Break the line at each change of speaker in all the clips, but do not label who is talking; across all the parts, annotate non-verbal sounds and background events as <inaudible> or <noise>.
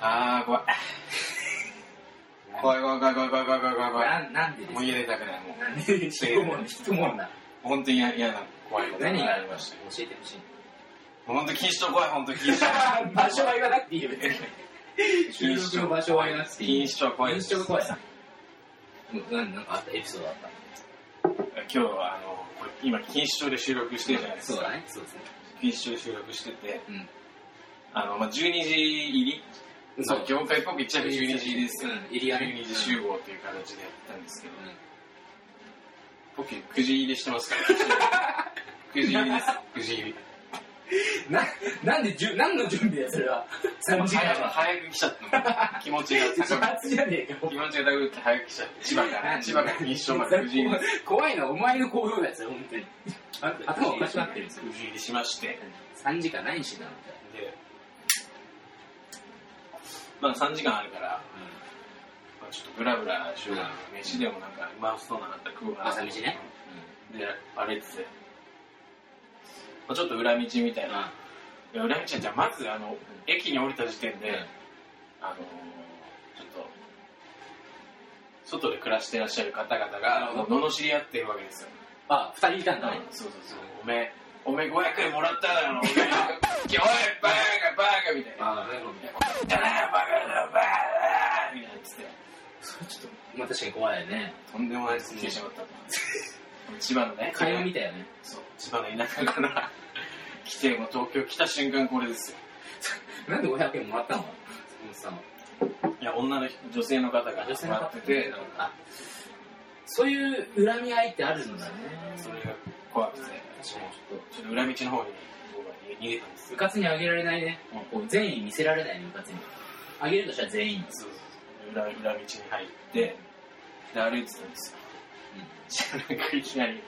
あー、怖い。怖い怖い怖い怖い怖い怖い怖い怖い怖い。
ななんでです
もう家出たくない。もう
なんで一問一問だ。
本当に嫌嫌な怖いこと
何
に
が
な
あ
り
り
ま
ま
し
したた教えてほしい。
よ。本当錦糸町怖い、本当錦糸 <laughs> 町。
場所は言わなくていいよ、別に。
錦
収
糸
録
町
の場所は言わなくていい。
錦糸町怖いで
印
す。
象
今
怖いな。うん、なんなんかあったエピソードあっ
日はあの、これ今錦糸町で収録してるじゃない
た。
です
そう
か
だ。ね。そうですね。
錦糸町で収録してて、
うん
あの、まあ、12時入り、まあ業界っぽく言っちゃえば12時です
う
よ
ん
ね。、
入りがね
12時集合っていう形でやったんですけど
う、ん
僕9時入りして <laughs> ますから、9時入りです、9時入り。
な、なんでじゅ、何の準備だよ、それは。3時間
<laughs> 早く
は。
早く来ちゃったの。気持ちが
始
高く
発じゃねえか。
気持ちが高くって早く来ちゃった。千葉から、千葉から錦糸町まで9時入りです。
怖いのはお前の行動だよ、それ、本当に。あ頭おかしくなってるんですよ。
9時入りしまして、
3時間何してたのって。
で、まあ3時間あるから、
う
まあ、ちょっとブラブラしようかな。飯でもなんかうまそうなのあったら食おうかな。
朝飯ね。
で、あれっつって、まあ、ちょっと裏道みたい
ん。
な。いや裏道じゃあまずあの、駅に降りた時点で、
うん
あのーちょっと、外で暮らしてらっしゃる方々
な
が
る、ほ
のの知り合ってるわけですよ。
あ、2人いたんだね。
そうそうそう。おめえ、おめえ500円もらっただろ、おめえ。今日、おい、バカ、バカ、みたいな。
ああ、なるほどね。
じゃねえ、バカだ、バカだ、みたいなっつって。
それちょっと、まあ確かに怖いよね。
とんでもないですね。来てしまったと。千葉のね、
会話みたいよね。
そう、千葉の田舎から来て、もう東京来た瞬間これですよ。
なんで500円もらったのもうさ、
いや、女の人女性の方が
女性
も
の
ら
方
ってて、
あ、そういう恨み合いってあるんだね。
それが怖くて、
確かにちょっ
ちょっと裏道の方に僕は逃げたんです
と、
よ。
部活にあげられないね
うん。
こう全員見せられないね、部活に。あげるとしたら全員です。
そうそう裏裏道に入って、で、歩いてたんですよ。そしたらなんかいきなり、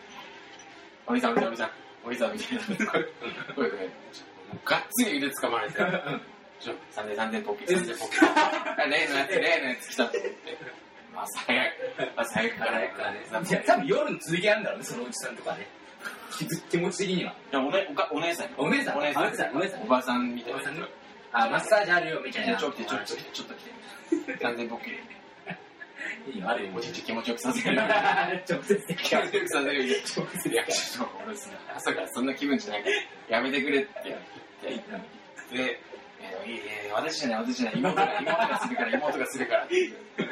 おじさん、おじさん、おじさん、おじさん、みたいな声声かけて、ちょっともうがっつり腕掴まれて、ちょっと、3年、3年ポッケ、3年ポッケ。あ例のやつ、例のやつ来たと思って。朝早く、朝早くから
早くからね。いや、多分夜の続きあるんだろうね、そのおじさんとかね。気づ気持ち的には。
いやおねおかお姉さん、
お姉さん、
お姉さん
あお姉さん、お姉さん
お。ばさんみたいな
おばさんね
人。
あ、マッサージあるよ、みたいな。
ちょっと来て、ちょっと来て、ちょっと来て。完全ボケ。
いいよ、あるよ。
おじいちゃん気持ちよくさせる。
<laughs> 直接的。
気持ちよ <laughs> くさせる。いや、
直接的。
ちょっと俺さ、朝からそんな気分じゃないから、やめてくれって言って、で、えーいやいや、私じゃない、私じゃない、妹が、妹がするから、妹がするから <laughs> って言って。い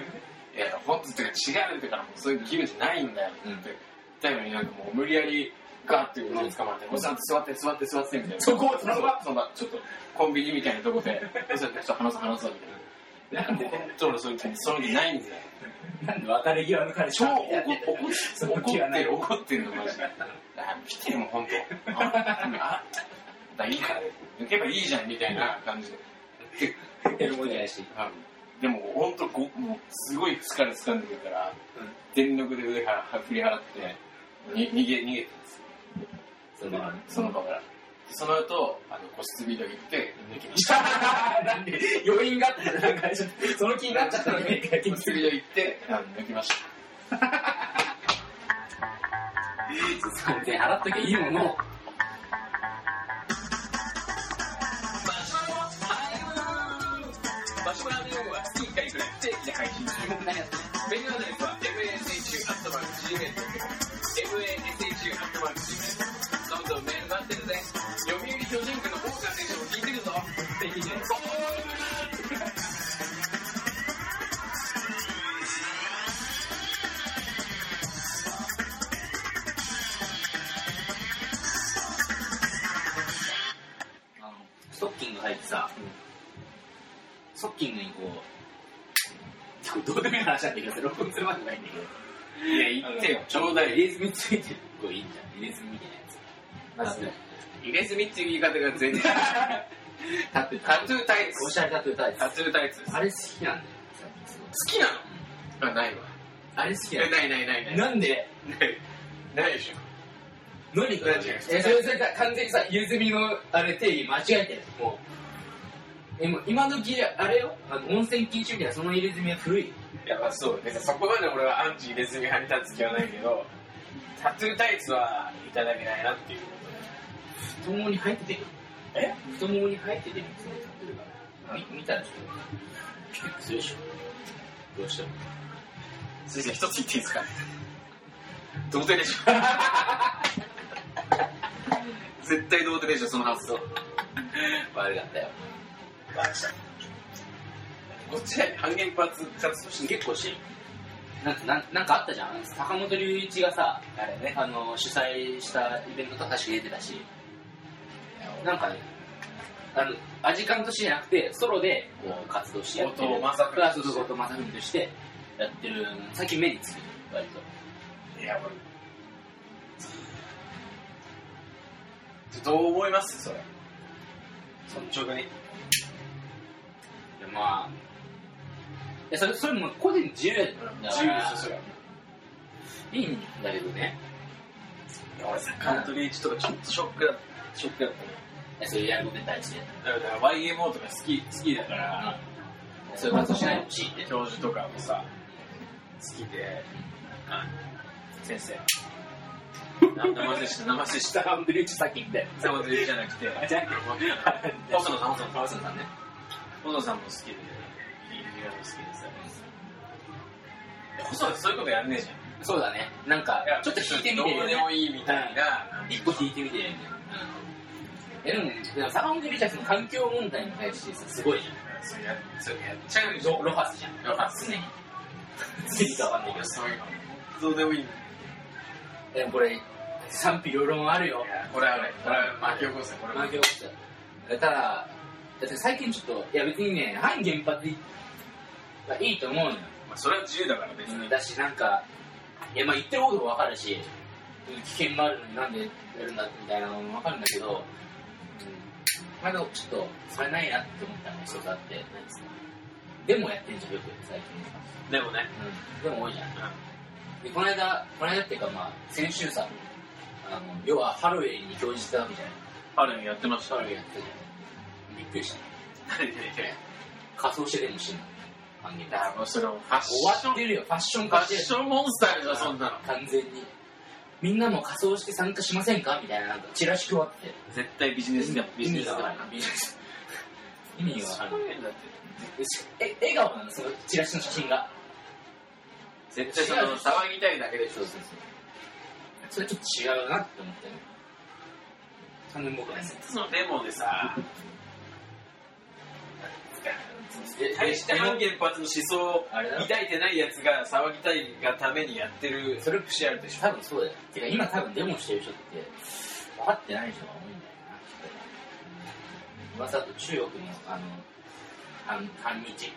や、本当とか違うとか、そういう気分じゃないんだよって言って。だよになんかもう無理やり、ガーって腕を掴まれて、おじさん座って、座って、座って、みたいな。
そこその場
その場、ちょっと、コンビニみたいなとこで、おじさんちょっと話そう、話そう、み <laughs> たいな。
なんでね、
そうそういう時そういう時ないんだよ。
なんで別れ際の彼氏
超
か
怒
みたいなそ
怒
の
怒
気
っ
がな
て
い
る怒ってるのマジで。あ来てよもう本当。ああだいいから抜けばいいじゃんみたいな感じで。で
エロ文字やし。
あでも本当ごもうすごい疲れ掴んでるから、
うん
全力で腕はは振り払ってに逃げ逃げたんですよ。
その
その場から。その後あの個室ビデオ行って抜きました。
なんで余韻があったんだなんかちょっとその気に <laughs> なっちゃったのに結
個
局
室ビデオ行ってあの抜きました。
<laughs> 3点払っときゃいいものを
マシュマロのは月1回くらい不定期で配信する。メールアドレスは mashu.gmail.com mashu.gmail.com どんどんメール待ってるぜ。読売巨人軍の豪華選手も聞いてるぞ。ぜひね。
あのストッキング入ってさ、ストッキングにこうどうでもいい話なんだけどそれ録音するわけないんだけど
いや、言ってよ。ちょうだ
入
い。
れ墨ついてるこういいんじゃん入れ墨みたいなやつ
入れ墨っていう言い方が全然。
タトゥー
タトゥータイ
お
ツ。
しゃれタトゥータイツ
タトゥータイツです。好
あれ好きなんだよさっきすごい
きなのあ、ないわ。
あれ好き
え
なんだ
ないないないない。
よなんで
ないないでしょ。
何が
何が
えそれそれ完全にさゆずみのあれ定義間違えてるもうえもう今時あれよあの温泉禁止みたいなその入れ墨は古い
いや、まあそうね。そこまで俺はアンチ入れ墨派に立つ気はないけど、タトゥータイツはいただけないなっていうこ
太ももに入っててる
え
太ももに入っててるそのタトゥーが
とで。
見見たんですけど、びっくりするでしょ。どうしても。
先生、一つ言っていいですか童貞でしょ <laughs> 絶対童貞でしょ、その発想。
悪かったよ。バカした。
こっちは半減発活動して
結構し、なんなんなんかあったじゃん。坂本龍一がさ、
あれね。
あの、主催したイベントとか確か出てたし、なんかね、あの、アジカンとしてじゃなくて、ソロでこう活動してやってる。
後藤正文
クラスのことまさふみとしてやってる、最近目につく、割と。
いや、俺。どう思いますそれ。率直に。
でまあ、いやそれそれも個人自由だ
自
か
由でしょ、
ら
それは。
いいんだけどね。
いや俺さ、カントリーチとかちょっとショックだショックだった
いやそういうやることに対して。
だから YMO とか好き好きだから、
そういう活動しないでほしいって。
教授とかもさ、好きで、あの先生、生瀬した、生瀬した、
下半分リーチ先行って。
生瀬じゃなくて、
じゃんけん、
細野さん、細野さん、
さんね。
細野さんも好きで、リリーが好きでさ、細野そういうことやんねえじ
そうだね。なんか
ゃん。、
ちょっと引いてみて
ど
よ
うで
ね。
もいいみたいな、
一個引いてみてよね。うん。でも、でも坂本龍一はその環境問題に対してさ、すごいじゃ
そうや、そうやっちゃうでし
ん。ロ
ょ、
ロハスじゃん。
ロハス
常に。常に変わんないけどさ。
そういうの。どうでもいいんだよ
でもこれ、賛否両論あるよ
い。やこれはね、これは巻き起こすよ、これは
負。け落ちた。ただ、だって最近ちょっと、いや別にね、反原発はいいと思うのよ。
まあ、それは自由だから別に。
だしなんか、いやまあ言ってることもわかるし、危険もあるのになんでやるんだみたいなのもわかるんだけど、うん、まだちょっと、それないなって思ったの一つあって、なんですかでもやってんじゃん、よく最近さ。
でもね、
うん、でも多いじゃん。で、この間、この間っていうかまあ、先週さ、あの要はハロウィンに表示したわけじゃない。
あるにやってまし
ハ
た。
ロウィンやってたじゃん。びっくりした。仮装してでもしてんの。半減
だからもうそれもファッシ
終
ョ
わ
ン
っ、てるよ、ファッショ
フ
ン
ァ
化
ッ
してる。
ションモンスターでしょ、そんなの。
完全にみんなも仮装して参加しませんかみたいななんかチラシ配って
絶対ビジネスでも、ビジネスでもない。
ビジネス意味がわかんない
だって。
え笑顔なのそのチラシの写真が
絶対その騒ぎたいだけでしょ。
そうそれちょっと違うなって思ったよ完全に僕はね
そのデモでさ、大して反原発の思想を
あれだろ
抱いてないやつが騒ぎたいがためにやってる、
それ
節あるでしょ。
多分そうだよてか今多分デモしてる人って分かってない人が多いんだよなきっと噂だと中国のあの反反日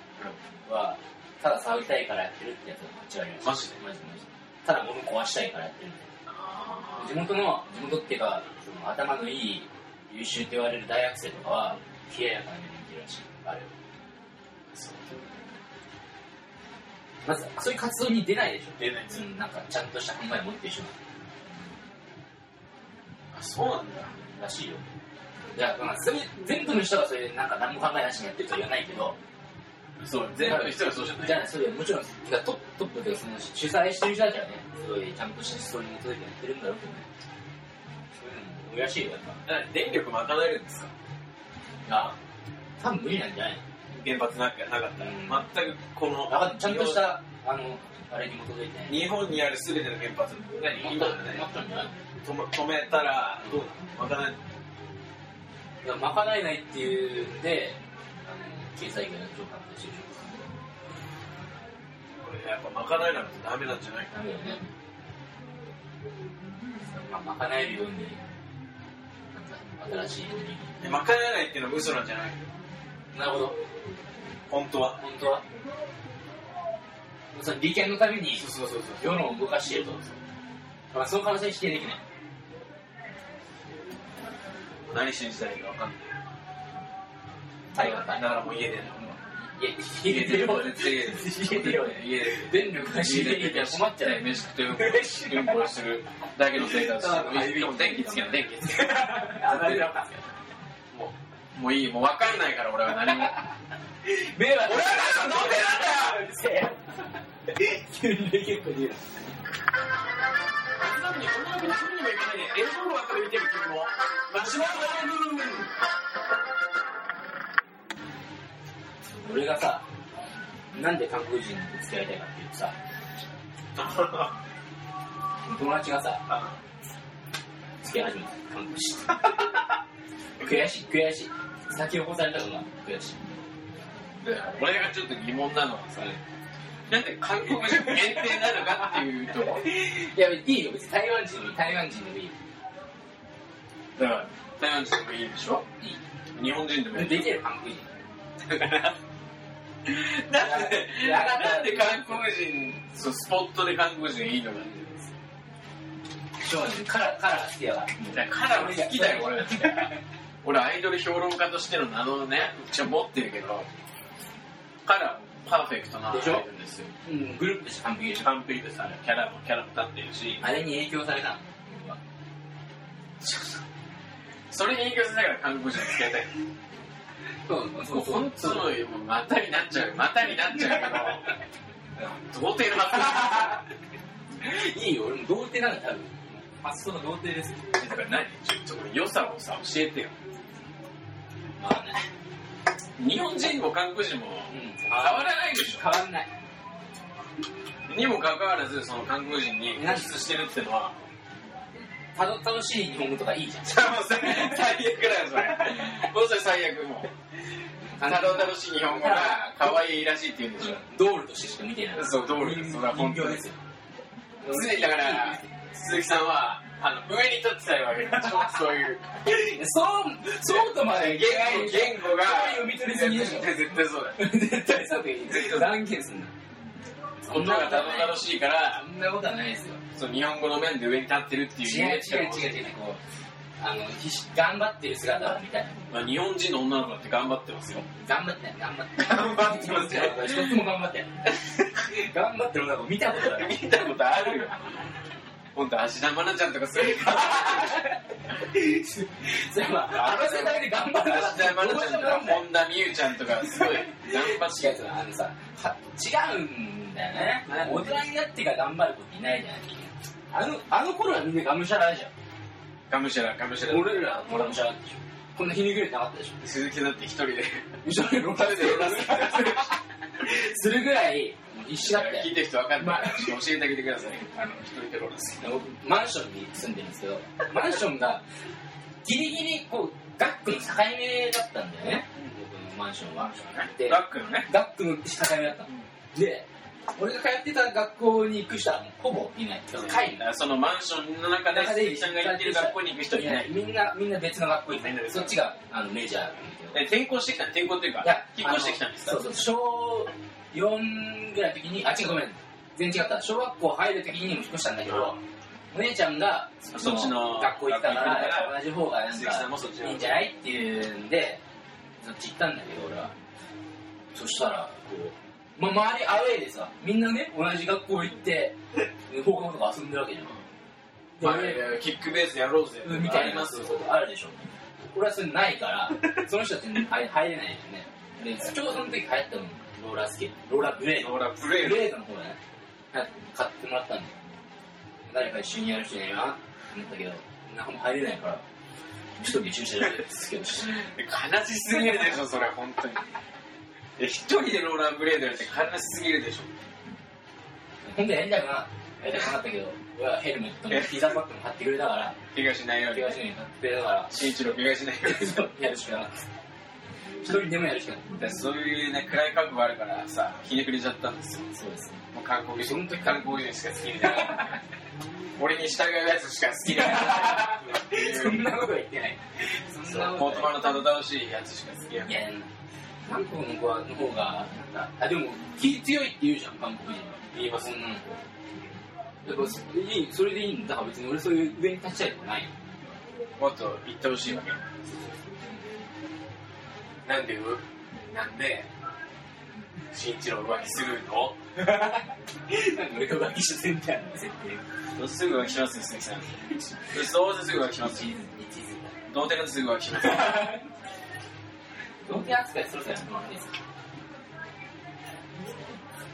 はただ騒ぎたいからやってるってやつが間違いない
マジで
マジでマジでただ物壊したいからやってるんだよ地元の地元っていうかその頭のいい優秀と言われる大学生とかは冷ややかな目で見てるらしいあれをまずそういう活動に出ないでしょ
出ないんです
う
よ。
んなんかちゃんとした販売持ってる人
あ、そうなんだ。
らしいよいやまあそれ全部の人がそれでなんか何も考えなしにやってるとは言わないけど
そう、全部の人がそうじゃない
じ。ゃあそれもちろんてかトップトップでその主催してる人たちはねすごいちゃんとした思想に基づいてやってるんだろうけどねそういうのも多いらしいよやっぱ
だから電力賄えるんですか
あ多分無理なんじゃない
原発なんかなかったら、
うん
全くこの
あちゃんとしたあのあれに基づいてね
日本にある全ての原発何
もっ
今
と
の
ね
ね
もっとんじゃない
止め止めたらどうなの賄え
いやまかないないっていうんであの経済界の長官として就職す
これやっぱ賄えなくてダメなんじゃない
る
か
ダメよねまあまかないるようになんか新しいエネルギ
で賄えないっていうのは嘘なんじゃない
ーなるほど
本当は
本当はその利権のために
そうそうそうそう
世論を動かしているとまあその可能性否定できない
何信じたらいいか分かんない
対がない
だからもう家で
いや入れて
<laughs>
る方で
絶対家
家出ようね
家で
電力が仕入れて困っちゃうよね
飯食ってうんこしてるだけの生活してるでも電気つけない電気つけない
あダメだった
もうもういいもう分かんないから俺は何も
迷惑
俺は何も飲んでなんだよ
急に結構出る
なのに女の子に取りにも行かないで映像ばっかり見てる君もマシュマロが出る
俺がさ、なんで韓国人と付き合いたいかっていうとさ、友達がさ、
あ
付き合い始めた、 <laughs> 韓国人。悔しい、悔しい。先を越されたのが悔しい。
で俺がちょっと疑問なのはさ、なんで韓国人限定なのかっていうと、
いや、いいよ、別に台湾人でも台湾人でもいいよ。
だから、台湾人でもいいでしょ
い
日本人でもいい
できる韓国人。
なんで、なんで韓国人、そう、スポットで韓国人いいのかっていう。
そうね、カラ、カラが好きやから。
いやカラー好きだよ、俺。俺、アイドル評論家としての名のね、一応持ってるけど、カラーパーフェクトなアイドルですよ。
うん、グループとして完璧でしょ。
完璧ですあれキャラもキャラも立ってるし
あれに影響されたの。
それに影響されたから韓国人付き合いたい。
そう
もう本当の、もうまたになっちゃう、またになっちゃうけど、童貞のまた。
いいよ、俺も童貞なんだ、多分。発想が童貞ですよ。
だから何ちょっと俺良さをさ、教えてよ。
まあね。
日本人も韓国人も
うん。
変わらないでしょ
変わんない。
にもかかわらず、その韓国人に固執してるってのは、
たど、楽しい日本語とかいいじゃん。
もう最悪だよ、それ。もうそれ最悪、もう。ただただしい日本語が可愛いらしいって言うんでしょ。
道路としてしか見てない。
そう、道理です。それは本当
人
に
形で。すよ。
常にだから、鈴木さんは、あの、上に立ってたいわけですよ。そういう。
そう、そうとまで
言語、言語が。
読み取りすぎでしょ。
絶対そうだよ。
絶対そうでいい。断言すんな。
こんなのがたどたどしいから、
そんなことはないですよ。
そう、日本語の面で上に立ってるっていう
違う違う違う違う。こう、あの、必死頑張ってる姿を見たい。
まあ、日本人の女の子だって頑張ってますよ。
頑張ってない、頑張ってない。
頑張ってますよ。
一つも頑張ってない。頑張ってる女の子見たことない。
見たことあるよ。 <laughs> 本当芦田愛菜ちゃんとかそういう感
<laughs> それは、あの世代で頑張
芦
る <laughs> なって
田愛菜ちゃんとか
どう
本田望結ちゃんとか
しようもない
すごい頑張っ
違
て
う違うあのさ、は違うんだよね。大人になってから頑張る子っていないじゃないあの、あの頃はみんながむしゃらじゃん。
ガムシャラガムシャラ
俺らもがむしゃらでしょ。こんなひねくれてなかったでしょ。
鈴木だって一人で
後ろにローラルで <laughs> でするぐらい必死だったよ
聞いてる人分かん
ま
ない
あ
教えてあげてくださいあの一人でローラス
僕マンションに住んでるんですけどマンションがギリギリこう学区の境目だったんだよね僕のマンションはで
バックのね
学区の境目だったので俺が通ってた学校に行く人はもうほぼいない会
だからそのマンションの中で鈴木さんが行ってる学校に行く人いない
みんなみんな別の学校行っ
みんな
て
別
そっちがあのメジャーなんだけど
え転校してきた転校というか
いや
引っ越してきたんですか
あのそうそう小4ぐらいの時にあ違うごめん全然違った小学校入る時にも引っ越したんだけどお姉ちゃんが
そっちの
学校行ったか
学校行ったから
ら同じ方がなん
鈴木さん
か
もそっちの
いいんじゃないっていうんでそっち行ったんだけど俺はそしたらこう、まあ、周りアウェイでさみんなね同じ学校行って放課後とか遊んでるわけじゃん
まあ
で
キックベースやろうぜ
みたい
あり
な
ますよ
ことあるでしょ俺はそれないからその人たちに入入れないよねでちょうどその時流行ったのローラースケートローラーブレード
ほらプレ
ブ
ー
レードの方だね流行って買ってもらったんだよ誰か一緒にやる人いないなって思ったけど何も入れないから一人で駐車場でつけるし
悲しすぎるでしょそれ本当にえ一人でローラーブレードやって悲しすぎるでしょ
ほんでやりたくなやりたくなかったけど俺はヘルメットも膝パックも買ってくれたから
怪我しないように
東に買ってくれたから
新一郎怪我しないように
やるしかなかった一人でもやるしかない
だからそういうね暗い覚悟あるからさひねくれちゃったんですよ
そうですね
もう韓国人本当に韓国人しか好きじゃない <laughs> 俺に従うやつしか好きじゃない
そんなことは言ってない。そんな
モ
こ
ート
と
マ
は
のたどたどしいやつしか好きや
いや、韓国の子の方が、なんか、あ、でも、気強いって言うじゃん、韓国人は。言えばそんなの子。やっぱ、いい、それでいいんだ。だから別に俺そういう上に立ちたいとかないよ。
もっと言ってほしいわけなんでうなんで新一郎浮気するの
なんか俺が浮気してんじゃん、絶対。
すぐ浮気しますよ、鈴木 <laughs> さん。どうせすぐ浮気しますよ。
一途だ。
童貞なんてすぐ浮気しますよ。
同点扱いするからやってもらっていいですか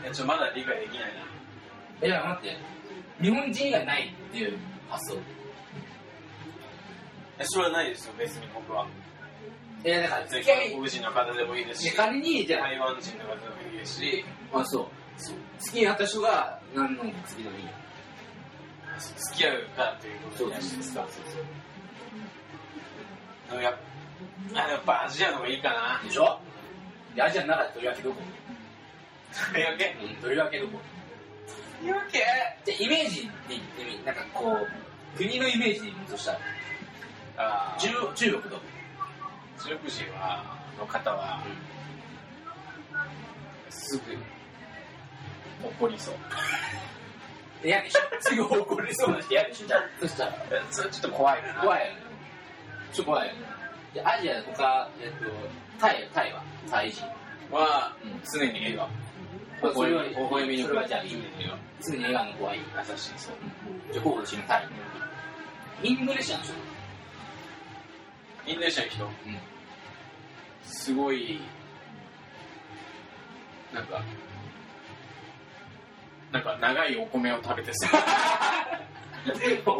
いやちょ、まだ理解できないな。
いや、待って。日本人がないっていう発想。
それはないですよ、別に僕は。
いや、だから、付
別
き合
に
い
韓、国人の方でもいいです
いや
し、
仮に、じゃあ、
台湾人の方でもいいですし、
あ、そう。好きになった人が何の好きでもいい。
付き合うかということじゃないですか。でもやっぱあやっぱアジアの方がいいかな。
でしょで、アジアの中でとりわけどこ
というわけ
うん、とりわけどこ
というわけ
じゃあイメージって言ってみ、なんかこう、国のイメージで言うとしたら、
あ
中
中
中国とか。
中国人はの方はすぐ
怒りそう。
嫌でしょ <laughs> すぐ怒りそうな人嫌でしょじゃあ、そしたら、
えそれちょっと怖いな。
怖いよね。ちょっと怖いよね。で、アジアの他、えっと、タイ、タイは、タイ人。
は、
うん
常に笑顔。
まあそれは
微笑みの
それはじゃあい
常
い
に。笑顔。
常に笑顔の子はいい。
優しいそう。
じゃあ、ホールのタイ。インドネシアの人。
インドネシアの人、
<laughs> すごい、なんか、なんか長いお米を食べて
<laughs>
そう。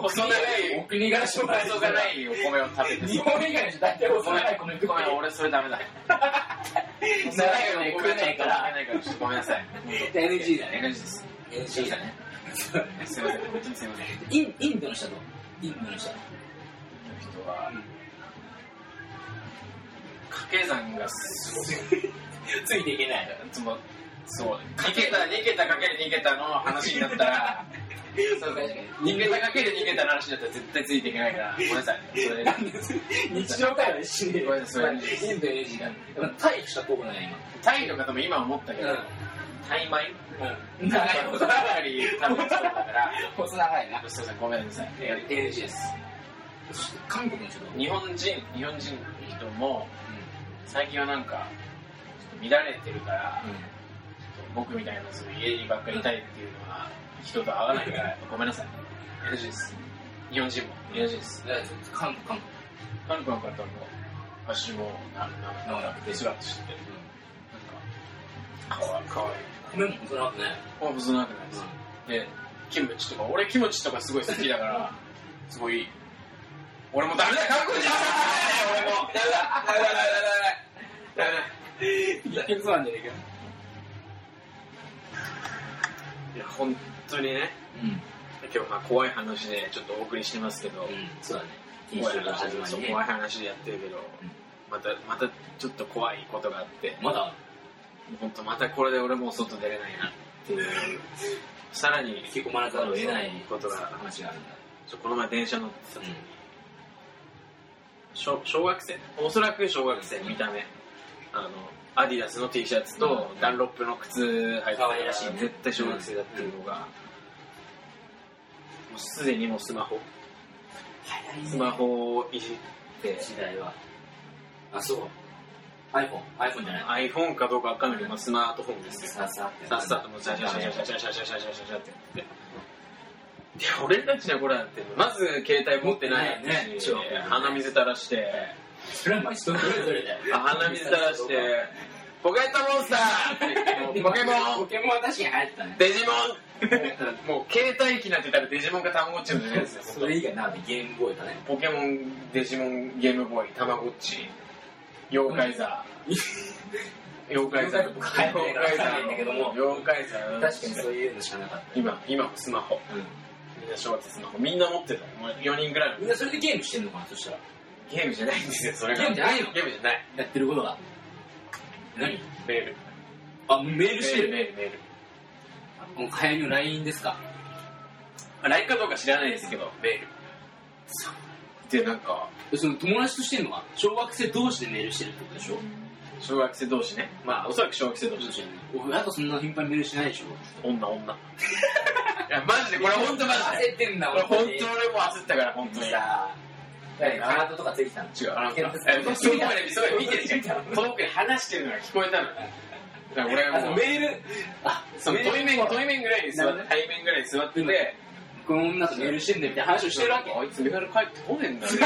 細
長い
お国が紹介
細長いお米を食べて
日
そう。
本以外の人大体細長い米食
ご
わ
め
ない
ん、俺それダメだ。
長い米食えないから
ないから、ちょっとごめんなさい。
NG だ
NG
ね
です。
NG だね
すいません、本当にすいません。
インインドの人とインドの人
人は、掛け算がすごい。
ついていけない
いつも、そう、かけた、逃げたかける逃げたの話になったら、
そう確か
逃げたかける逃げたの話になったら絶対ついていけないから、ごめんなさい。それ
に日常会話で死ね
ごめんなさい
インド NG だタイしかこくない
タイの方も今思ったけど、
今
タイ米
うん
か
長い細長い
なり食べてそうだから、
細長いな
すいません、ごめんなさい。
NG ですそして韓国の人と
日本人、日本人の人も、最近はなんか、ちょっと乱れてるから、僕みたいな、そういう家にばっかりいたいっていうのは、人と合わないから、ごめんなさい。NG です。日本人も NG です。
だから韓国韓国
韓国の方も、私も、なんなんなんだっけ、スラッとして、なんか、かわいい、かわいい。
米も細長くね
あ、無難なくないです。で、キムチとか、俺キムチとかすごい好きだから、すごい、俺もダメだ、韓国人俺も。
ダメだダメだダメだダメだダメだ結局そうなんじゃねえか
いや、本当にね、
うん
今日まあ怖い話でちょっとお送りしてますけど、
うん、そうだね。
怖い話で、そう怖い
い。
話でやってるけど、また、またちょっと怖いことがあって、
まだ、
本当またこれで俺もう外出れないなっていう、さらに、
引き込まれざるを得ない
ことが
話があるんだ。
そうこの前電車乗ってた時に、小小学生おそらく小学生見た目あのアディダスの T シャツと
うん
ダンロップの靴履いてた
可愛らしいね
絶対小学生だっていうのが、もうすでにもうスマホスマホをいじって
時代は。あ、そう。iPhone。iPhone じゃない。
iPhone かどうかわかんないけど、まあ、スマートフォンですよ
さあさあ
さっさともうシャシャシャシャシャシャシャシャシャシャシャってやってで俺たちの頃だってまず携帯持ってない
持ってないね
し鼻水垂らして
それはまあ人それぞれだよ。
あ鼻水垂らして、 <laughs> ポケットモンスターって言ってもポケモ
<laughs> ポ
ン、
ケモンは確かに流行ってたね。
<laughs> デジモン、もう携帯機なんて言ったらデジモンかタマゴッチの時代ですよ、
それ以外なんでゲームボーイだね。
ポケモン、デジモン、ゲームボーイ、タマゴッチ、妖怪座、妖怪座、
妖怪座
妖怪座
入ってないんだけども
妖怪座、
確かにそういうのしかなかった。
今、今もスマホ、
うん。
みんな小学生スマホ、みんな持ってたもう4人ぐらいの
みんなそれでゲームしてんのかな、そしたら。
ゲームじゃないんですよ、それが。
ゲームじゃないの
ゲームじゃない。
やってることが。何
メール。
あ、メー
メ
ルして
ール、
る。
メール、メール。
もう早めの LINE ですか。
まあ LINE かどうか知らないですけど、メール。で、なんか、
その友達としてんのは小学生同士でメールしてるってことでしょ
小学生同士ね。まあ、おそらく小学生同士。
俺あとそんな頻繁にメールしないでしょ
女、女。 <laughs> いや、マジで、これ本当マジで。
焦ってんだ
これ本当
に
俺も焦ったから、本当に。
さ
誰か
カードとかついてたの
違う、あの、
見てます
えすごいね、すごい見てるじゃん。
見てます
遠くに話してるのが聞こえたの。だから俺
あ
はも
の
う、
メールあ
そう、対面、対面ぐらいに座って、対面ぐらいに座ってて、
この女とメールしてんだみたいな話をしてるわけ
あいつメダル帰ってこねえん <laughs> だね。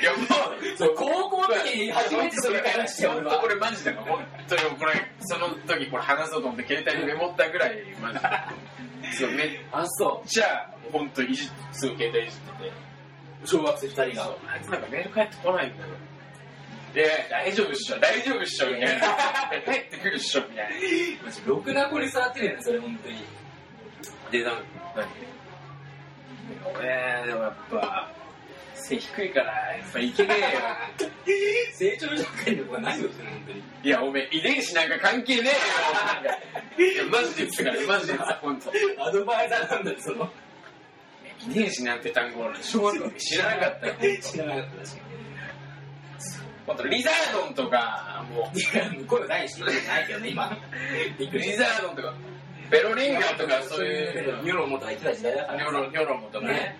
いや、もう、
そう高校の時に初めてそれ会話して
本
俺
当
は
これマジだから、本当にこれ、その時これ話そうと思って携帯でメモったぐらい、マジで。そう、めっ
あそ
じゃあ、本当いじっすぐ携帯いじってて。
う小学生二人
そ
が
うあいつなんかメール返ってこないんだよ。で、大丈夫っしょ、大丈夫っしょ、みたいな。帰ってくるっしょ、みたいな。
マジろくな子に触ってるやんそれ本当に
で、なんか、何俺、でもやっぱ、背低いから、やっぱいけねえよ。
成長社会の子は何をしてるの本当に
いや、おめえ、遺伝子なんか関係ねえよ。いやマジで言ってたから、マジで言ってた、ほんと。
アドバイザーなんだよその
遺伝子なんて単語、俺小学校の時知らなかったよ。
知らなかった確か
ほんと、リザードンとか、も
にいや向こうのないしないけどね今びっ
う、
くり
リ
し
ザードンとか、ベロリンガーとか、そういうの、
ニョロもとか言ってた時代だから
ニョロ、ニョロもとかね
ね。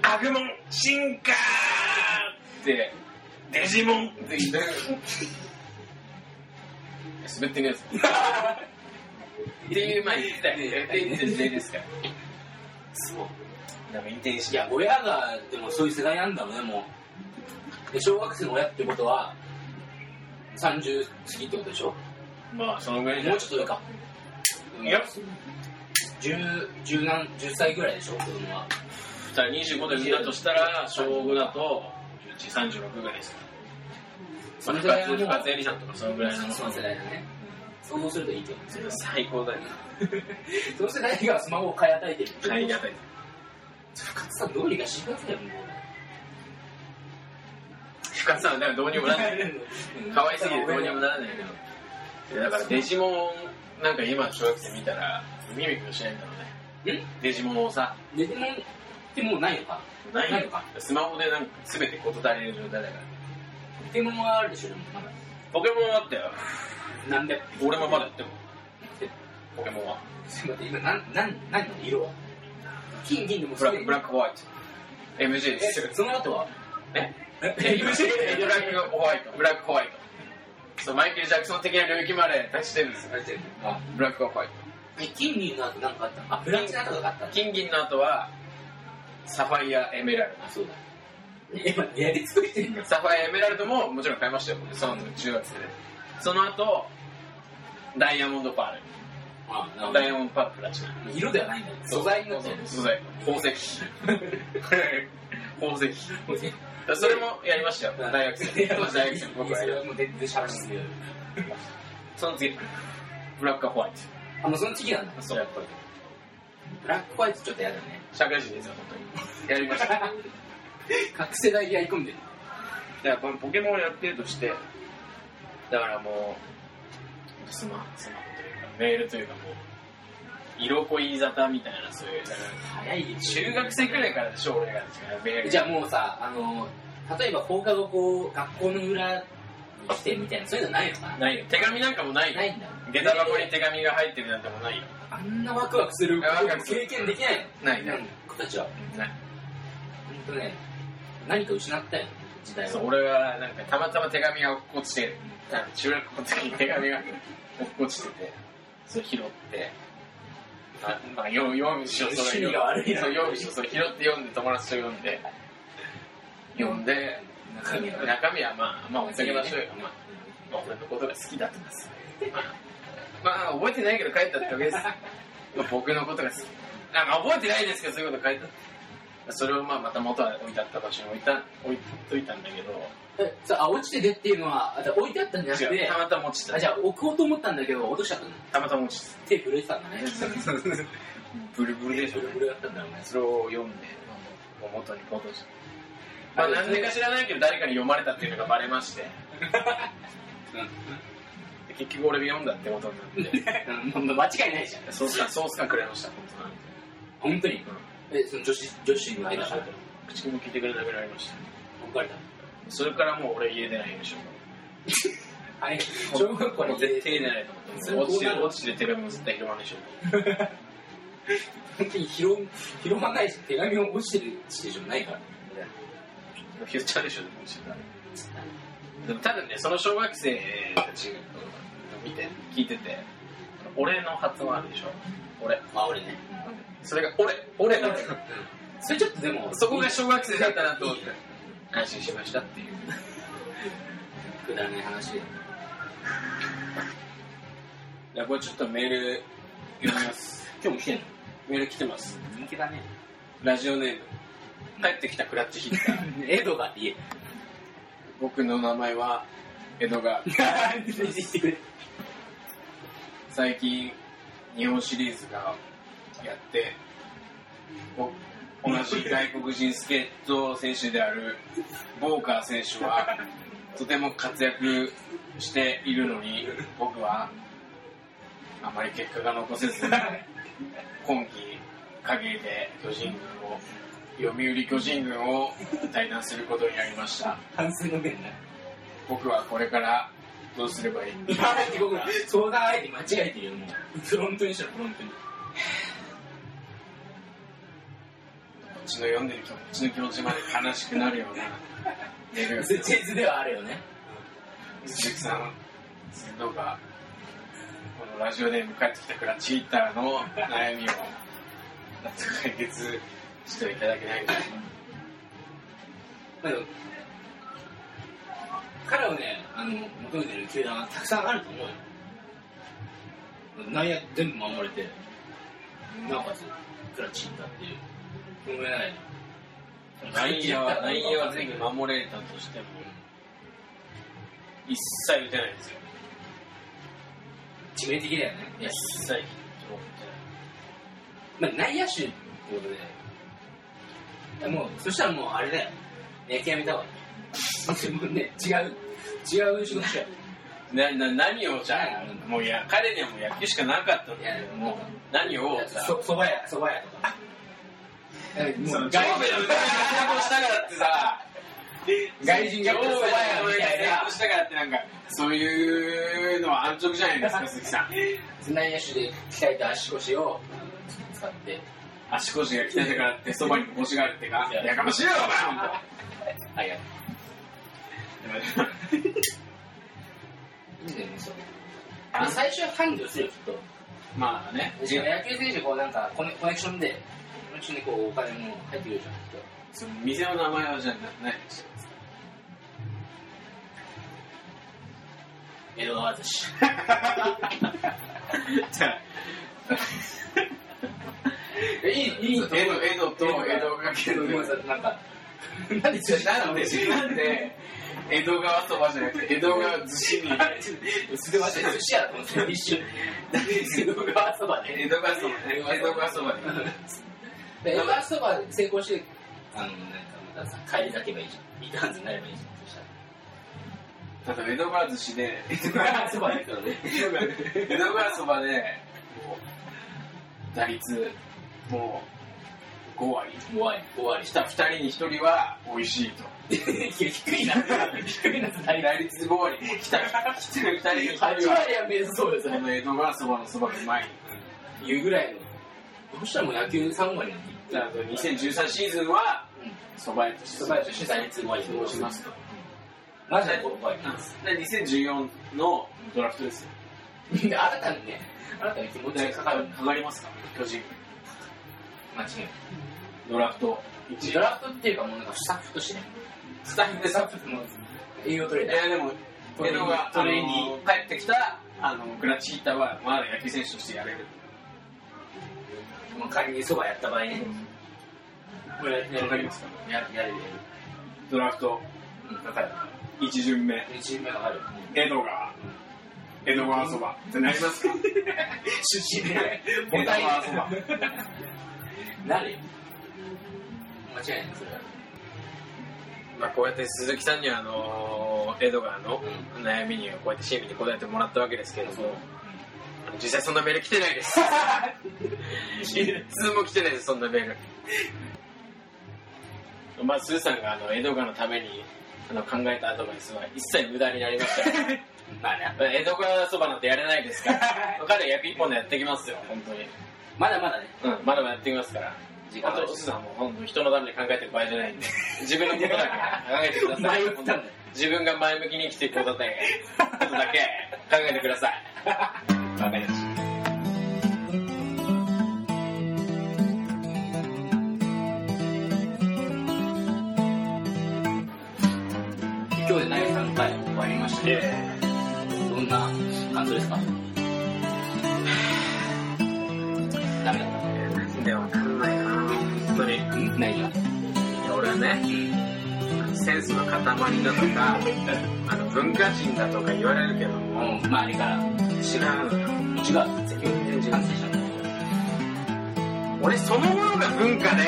アグモン、進化って、デジモンって言ってる。滑ってねえ <laughs> やつ。っていう、まあ言ってたよね。言ってた時代ですから。
そう
でも、遺伝子
いや、親が、でもそういう世代なんだろうね、もう。で、小学生の親ってことは、30過ぎってことでしょも
まあ、そのぐら
う
い
ち
じゃ
ょ
ん
っと上か。
いや、
10、10何、10歳ぐらいでしょ、子供は。
だから25で産んだとしたら、小5だと、11、36ぐらいですから。
その
部
ぐらい
活、
の
部活やりさんとか、そのぐらいの。
その世代だね。想像するといいと思うんですよ。
最高だよね。
その世代がスマホを買い与えてる。
ありがたい。
深津さん、どうにかしてくださいよ、も
深津さんはなんかどうにもならない。
う。
<laughs> 可愛すぎてどうにもならないけど。だからデジモン、なんか今の小学生見たら、ミミクしないんだろうね。デジモンをさ、
デジモンってもうないのか。
ない
ないのか。
スマホでなんか全て事足りる状態だから。
ポケモンはあるでしょ、でもまだ。
ポケモンはあったよ。
何百
俺もまだやっても。ポケモンは。
ちょっと待って、今、なん、なん、何の色は金、銀でも
ブ
す
ラ
で
ック、
に
ブラックホワイト。MG で
え
す。
その後は
ね。
え、
え MG ブラックホワイト。ブラックホワイト。そう、マイケル・ジャクソン的な領域まで達してるんですよ。
あ、
ブラックホワイ
え、金、銀の後なんかあったあ、プラチナとかがあった
ト。金銀の後は、サファイア・エメラルド。
あ、そうだ。え、今、やり尽くしてんの
サファイアエメラルドももちろん買いましたよ、その中学生で。その後、ダイヤモンドパー
あ、な
ル。ダイヤモンドパールプラチナ。
色ではないんだよ。素材になってる。
素
<laughs>
材。宝石。宝石。それもやりましたよ、大学生。大学生僕は
それはもう全然しゃらないんだよ。
その次、ブラックホワイ
あ、もうその次なんだ。
ト。そう、やっぱり。
ブラックホワイトちょっとやだね。 <laughs>
社会人ですよ、本当に。やり <laughs> ました。
各世代でやり込んでる。
だからこのポケモンをやってるとして、だからもう、スマスマホというか、メールというかもう、色恋沙汰みたいな、そういう、だから
早いよ
中学生くらいからでしょ、俺がですから、メール。
じゃあもうさ、あの、例えば放課後こう、学校の裏に来てみたいな、そういうのないのかな
ないよ。手紙なんかもないよ
な。いんだ。
下駄箱に手紙が入ってるなんてもないよ。
あんなワクワクする
ワクワクする
経験できないの
ない
なんか僕たちは、
ない。
本当ね、何か失ったよ、時代
そ
は。
う、俺はなんかたまたま手紙が落っこちて、中学校の時に手紙が落っこちてて、それ拾って、あまあ、読む読むしろ、それ
趣味が悪いな
そう読むしろ、それ拾って読んで、友達と読んで、読んで、
中身は。
中身はまあ、まあ、お酒場所よ。まあ、まあ、俺のことが好きだったんです。まあ、まあ、覚えてないけど書いたってわけ <laughs> です。まあ、僕のことが好き。なんか覚えてないですけど、そういうこと書いた。それをまあ、また元は置いてあった場所に置いた、置いといたんだけど、
え、さあ、落ちててっていうのは、あじゃあ置いてあったんじゃなく
違う
て
た、またま落ちて
あじゃあ置こうと思ったんだけど、落としちゃったの。
た。たまたま落 <laughs> ちて
手震えてたんだね。
た。ブルブルでしょ
ブ。ルブルだったんだろうね。
それを読んで、もう元に戻して。まあ、なんでか知らないけど、誰かに読まれたっていうのがバレま <laughs> して。で結局俺が読んだってことにな <laughs> って。
うん間違いないじゃん。
ソース感、ソース感くれました、本当に。
本当に。え、その女子、女子の
はい
間から。
口も聞いてくれなくなりました。
別れた。
それからもう俺家出ないでしょ。
はい。 <laughs> 小学校
も
の
う絶対家出ないと思って。落ちてる、落ちてる手紙も絶対拾わないでしょ。
本当に拾う拾わないし、手紙も落ちてるしでしょ、ないから。
拾っちゃうでしょ、でも落ちてたらでもただね、その小学生たちを見て、聞いてて、俺の発音あるでしょ。俺。
まあ、俺ね。
それが俺、 <laughs> 俺なんだよ
それちょっとでも、
そこが小学生だったなと思って、安心しましたっていう。 <laughs>
くだらない話
い
で。
や、これちょっと <laughs> メール読みます。
今日も来てんの
メール来てます。
人気だ <laughs> ね。
ラジオネーム。帰ってきたクラッチヒッター。
<laughs> エドがって言え。
僕の名前は江戸川。最近、日本シリーズがやって、お同じ外国人スケート選手であるボーカー選手は、とても活躍しているのに、僕は、あまり結果が残せず、今季限りで巨人軍を、読売巨人軍を退団することになりました。
反省の弁な。
僕はこれからどうすればいい
なんで僕ら相談相手間違えてるよ、もう。フロントにしたらフロントに。
こっちの読んでる気持ちの気持ちまで悲しくなるようなレベル
チ
で
ェズではあるよね。
鈴木さん鈴木どうかこのラジオで迎えてきたからチーターの悩みをなんとか解決していただけないか
まあでも彼をね、あの、求めてる球団はたくさんあると思うよ。内野全部守れて、なおかつ、クラッチいったっていう。このぐらい。
内野は内野は全部守れたとしても一切打てないんですよ
致命的だよね。いや
一切打て
まあ、内野手ってことで、いやもう、そしたらもうあれだよ。野球やめた方がいい。もうね、違う、違う仕事しよ
ないなな何をじゃあもういや彼にはもう野球しかなかったん
う。
だけども何を
う、そ、そば屋、そば屋とか。
その
も
上下の歌に
う、外
成功したからってさ、
外人が
上下
来る
の
そば屋み
歌に
たい
成
な
功。したからってなんか、そういうのは安直じゃないですか、鈴木さん。
内野手で鍛えた足腰を使って、
足腰が鍛えたからって、そばに腰があるってか、やかましいよ、お前、ほん
はい、や
と。
いいんだよね、それ。あ最初は繁盛するよ、きっと。
まあね、
野球選手、こう、なんかコネ、コネクションで、コネクションでこう、お金も入ってくるじゃん、きっと。
その店の名前はじゃあなないです
江戸川寿司。
じゃあ
え、い <laughs> い、いい
江戸、江戸と江戸がけど、
なんか、なんで寿司
なんで、なん
<laughs>
で、江戸川そばじゃなくて、江戸川寿司に、
すでません、寿司やと思って、一 <laughs> 瞬。江戸川そばで。
江戸川そばね、江戸川そばに。
江戸川そばで成功して、あの、なんかまたさ、帰りだけばいいじゃん。ビターンズになればいいじゃん。そしたら。
ただ江戸川寿司で、江戸
江戸
川
川そばだけどね。
江戸川そばで、もう、打率、もう、5割。
怖い、怖い。
来た2人に1人は美味しいと。
低いな。低いな、大
打率5割。来た来た2人に1
8
人は、
割は目指そうです
そ
ね。
の江戸川そばのそばがうまい。
いうぐらいの。そしたらもう野球3割に
じゃあ、2013シーズンは、そば屋として
そば屋として打率5割
過ごしますと。
マジで怖い。
で、2014のドラフトですよ。
新たにね、新たに気持ちがかかるんだ。
かかりますか巨人。
間違いない。
ドラフト。
ドラフトっていうかもうなんかスタッフとしてね、
スタッフで
ス
さ
タッフとも栄養取
い
れた。
やでも、
トレ
江
ーニ
戸
ング
が
トレーニング
あの帰ってきたあのグラチータはまだ野球選手としてやれる。
もう仮にそばやった場合ね、これやる
わかりますか
やるやるやる。
ドラフト
うん、かかる。
1巡目、
1チーム目かかる。
江戸が、江戸川そばってなりますか
出身で、
江戸川そば。
<laughs> なるよ。間違いない、それは。
まあこうやって鈴木さんにはあの江戸川の悩みにはこうやって親身に答えてもらったわけですけれども、あの実際そんなメール来てないです。一通も来てないです、そんなメール。まあ、スーさんがあの江戸川のためにあの考えたアドバイスは一切無駄になりま <laughs> したよ。
まあね、
江戸川そばなんてやれないですから。彼役一本でやってきますよ、本当に。
まだまだね、
うん、まだまだやってきますから。
時間
あ
はある
と、おすさんも本当人のために考えてる場合じゃないんで、自分のことだけ考えてく <laughs> ださい
前。言ったんだよ
自分が前向きに生きていくことだけ、ことだけ考えてくだ <laughs> さい。わかりました。
今日で内容3回終わりましたけど、どんな感想ですかダメだった。
でわかんないな本当に。
うん、何が
俺はね、センスの塊だとかあの文化人だとか言われるけども
もう周りから
違うのよ
もう違う責任で完成したんだよ
俺そのものが文化で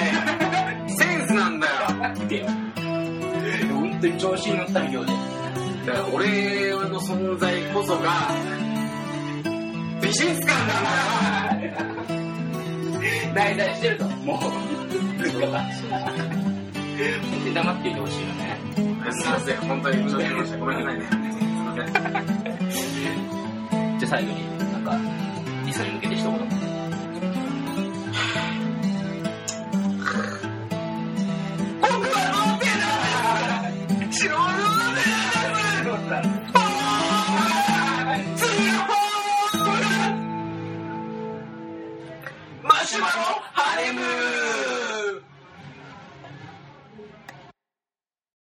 センスなんだよ
見てよ本当に調子に乗ったら今日で
だから俺の存在こそが美術館なんだよ
大体してるともう俺は本当に黙っていてほしいよね
すいません本当に申し訳ありませんごめんなさいねすいません
じゃあ最後になんかリスに向けて一言
僕はローテなんです白ローテなんです僕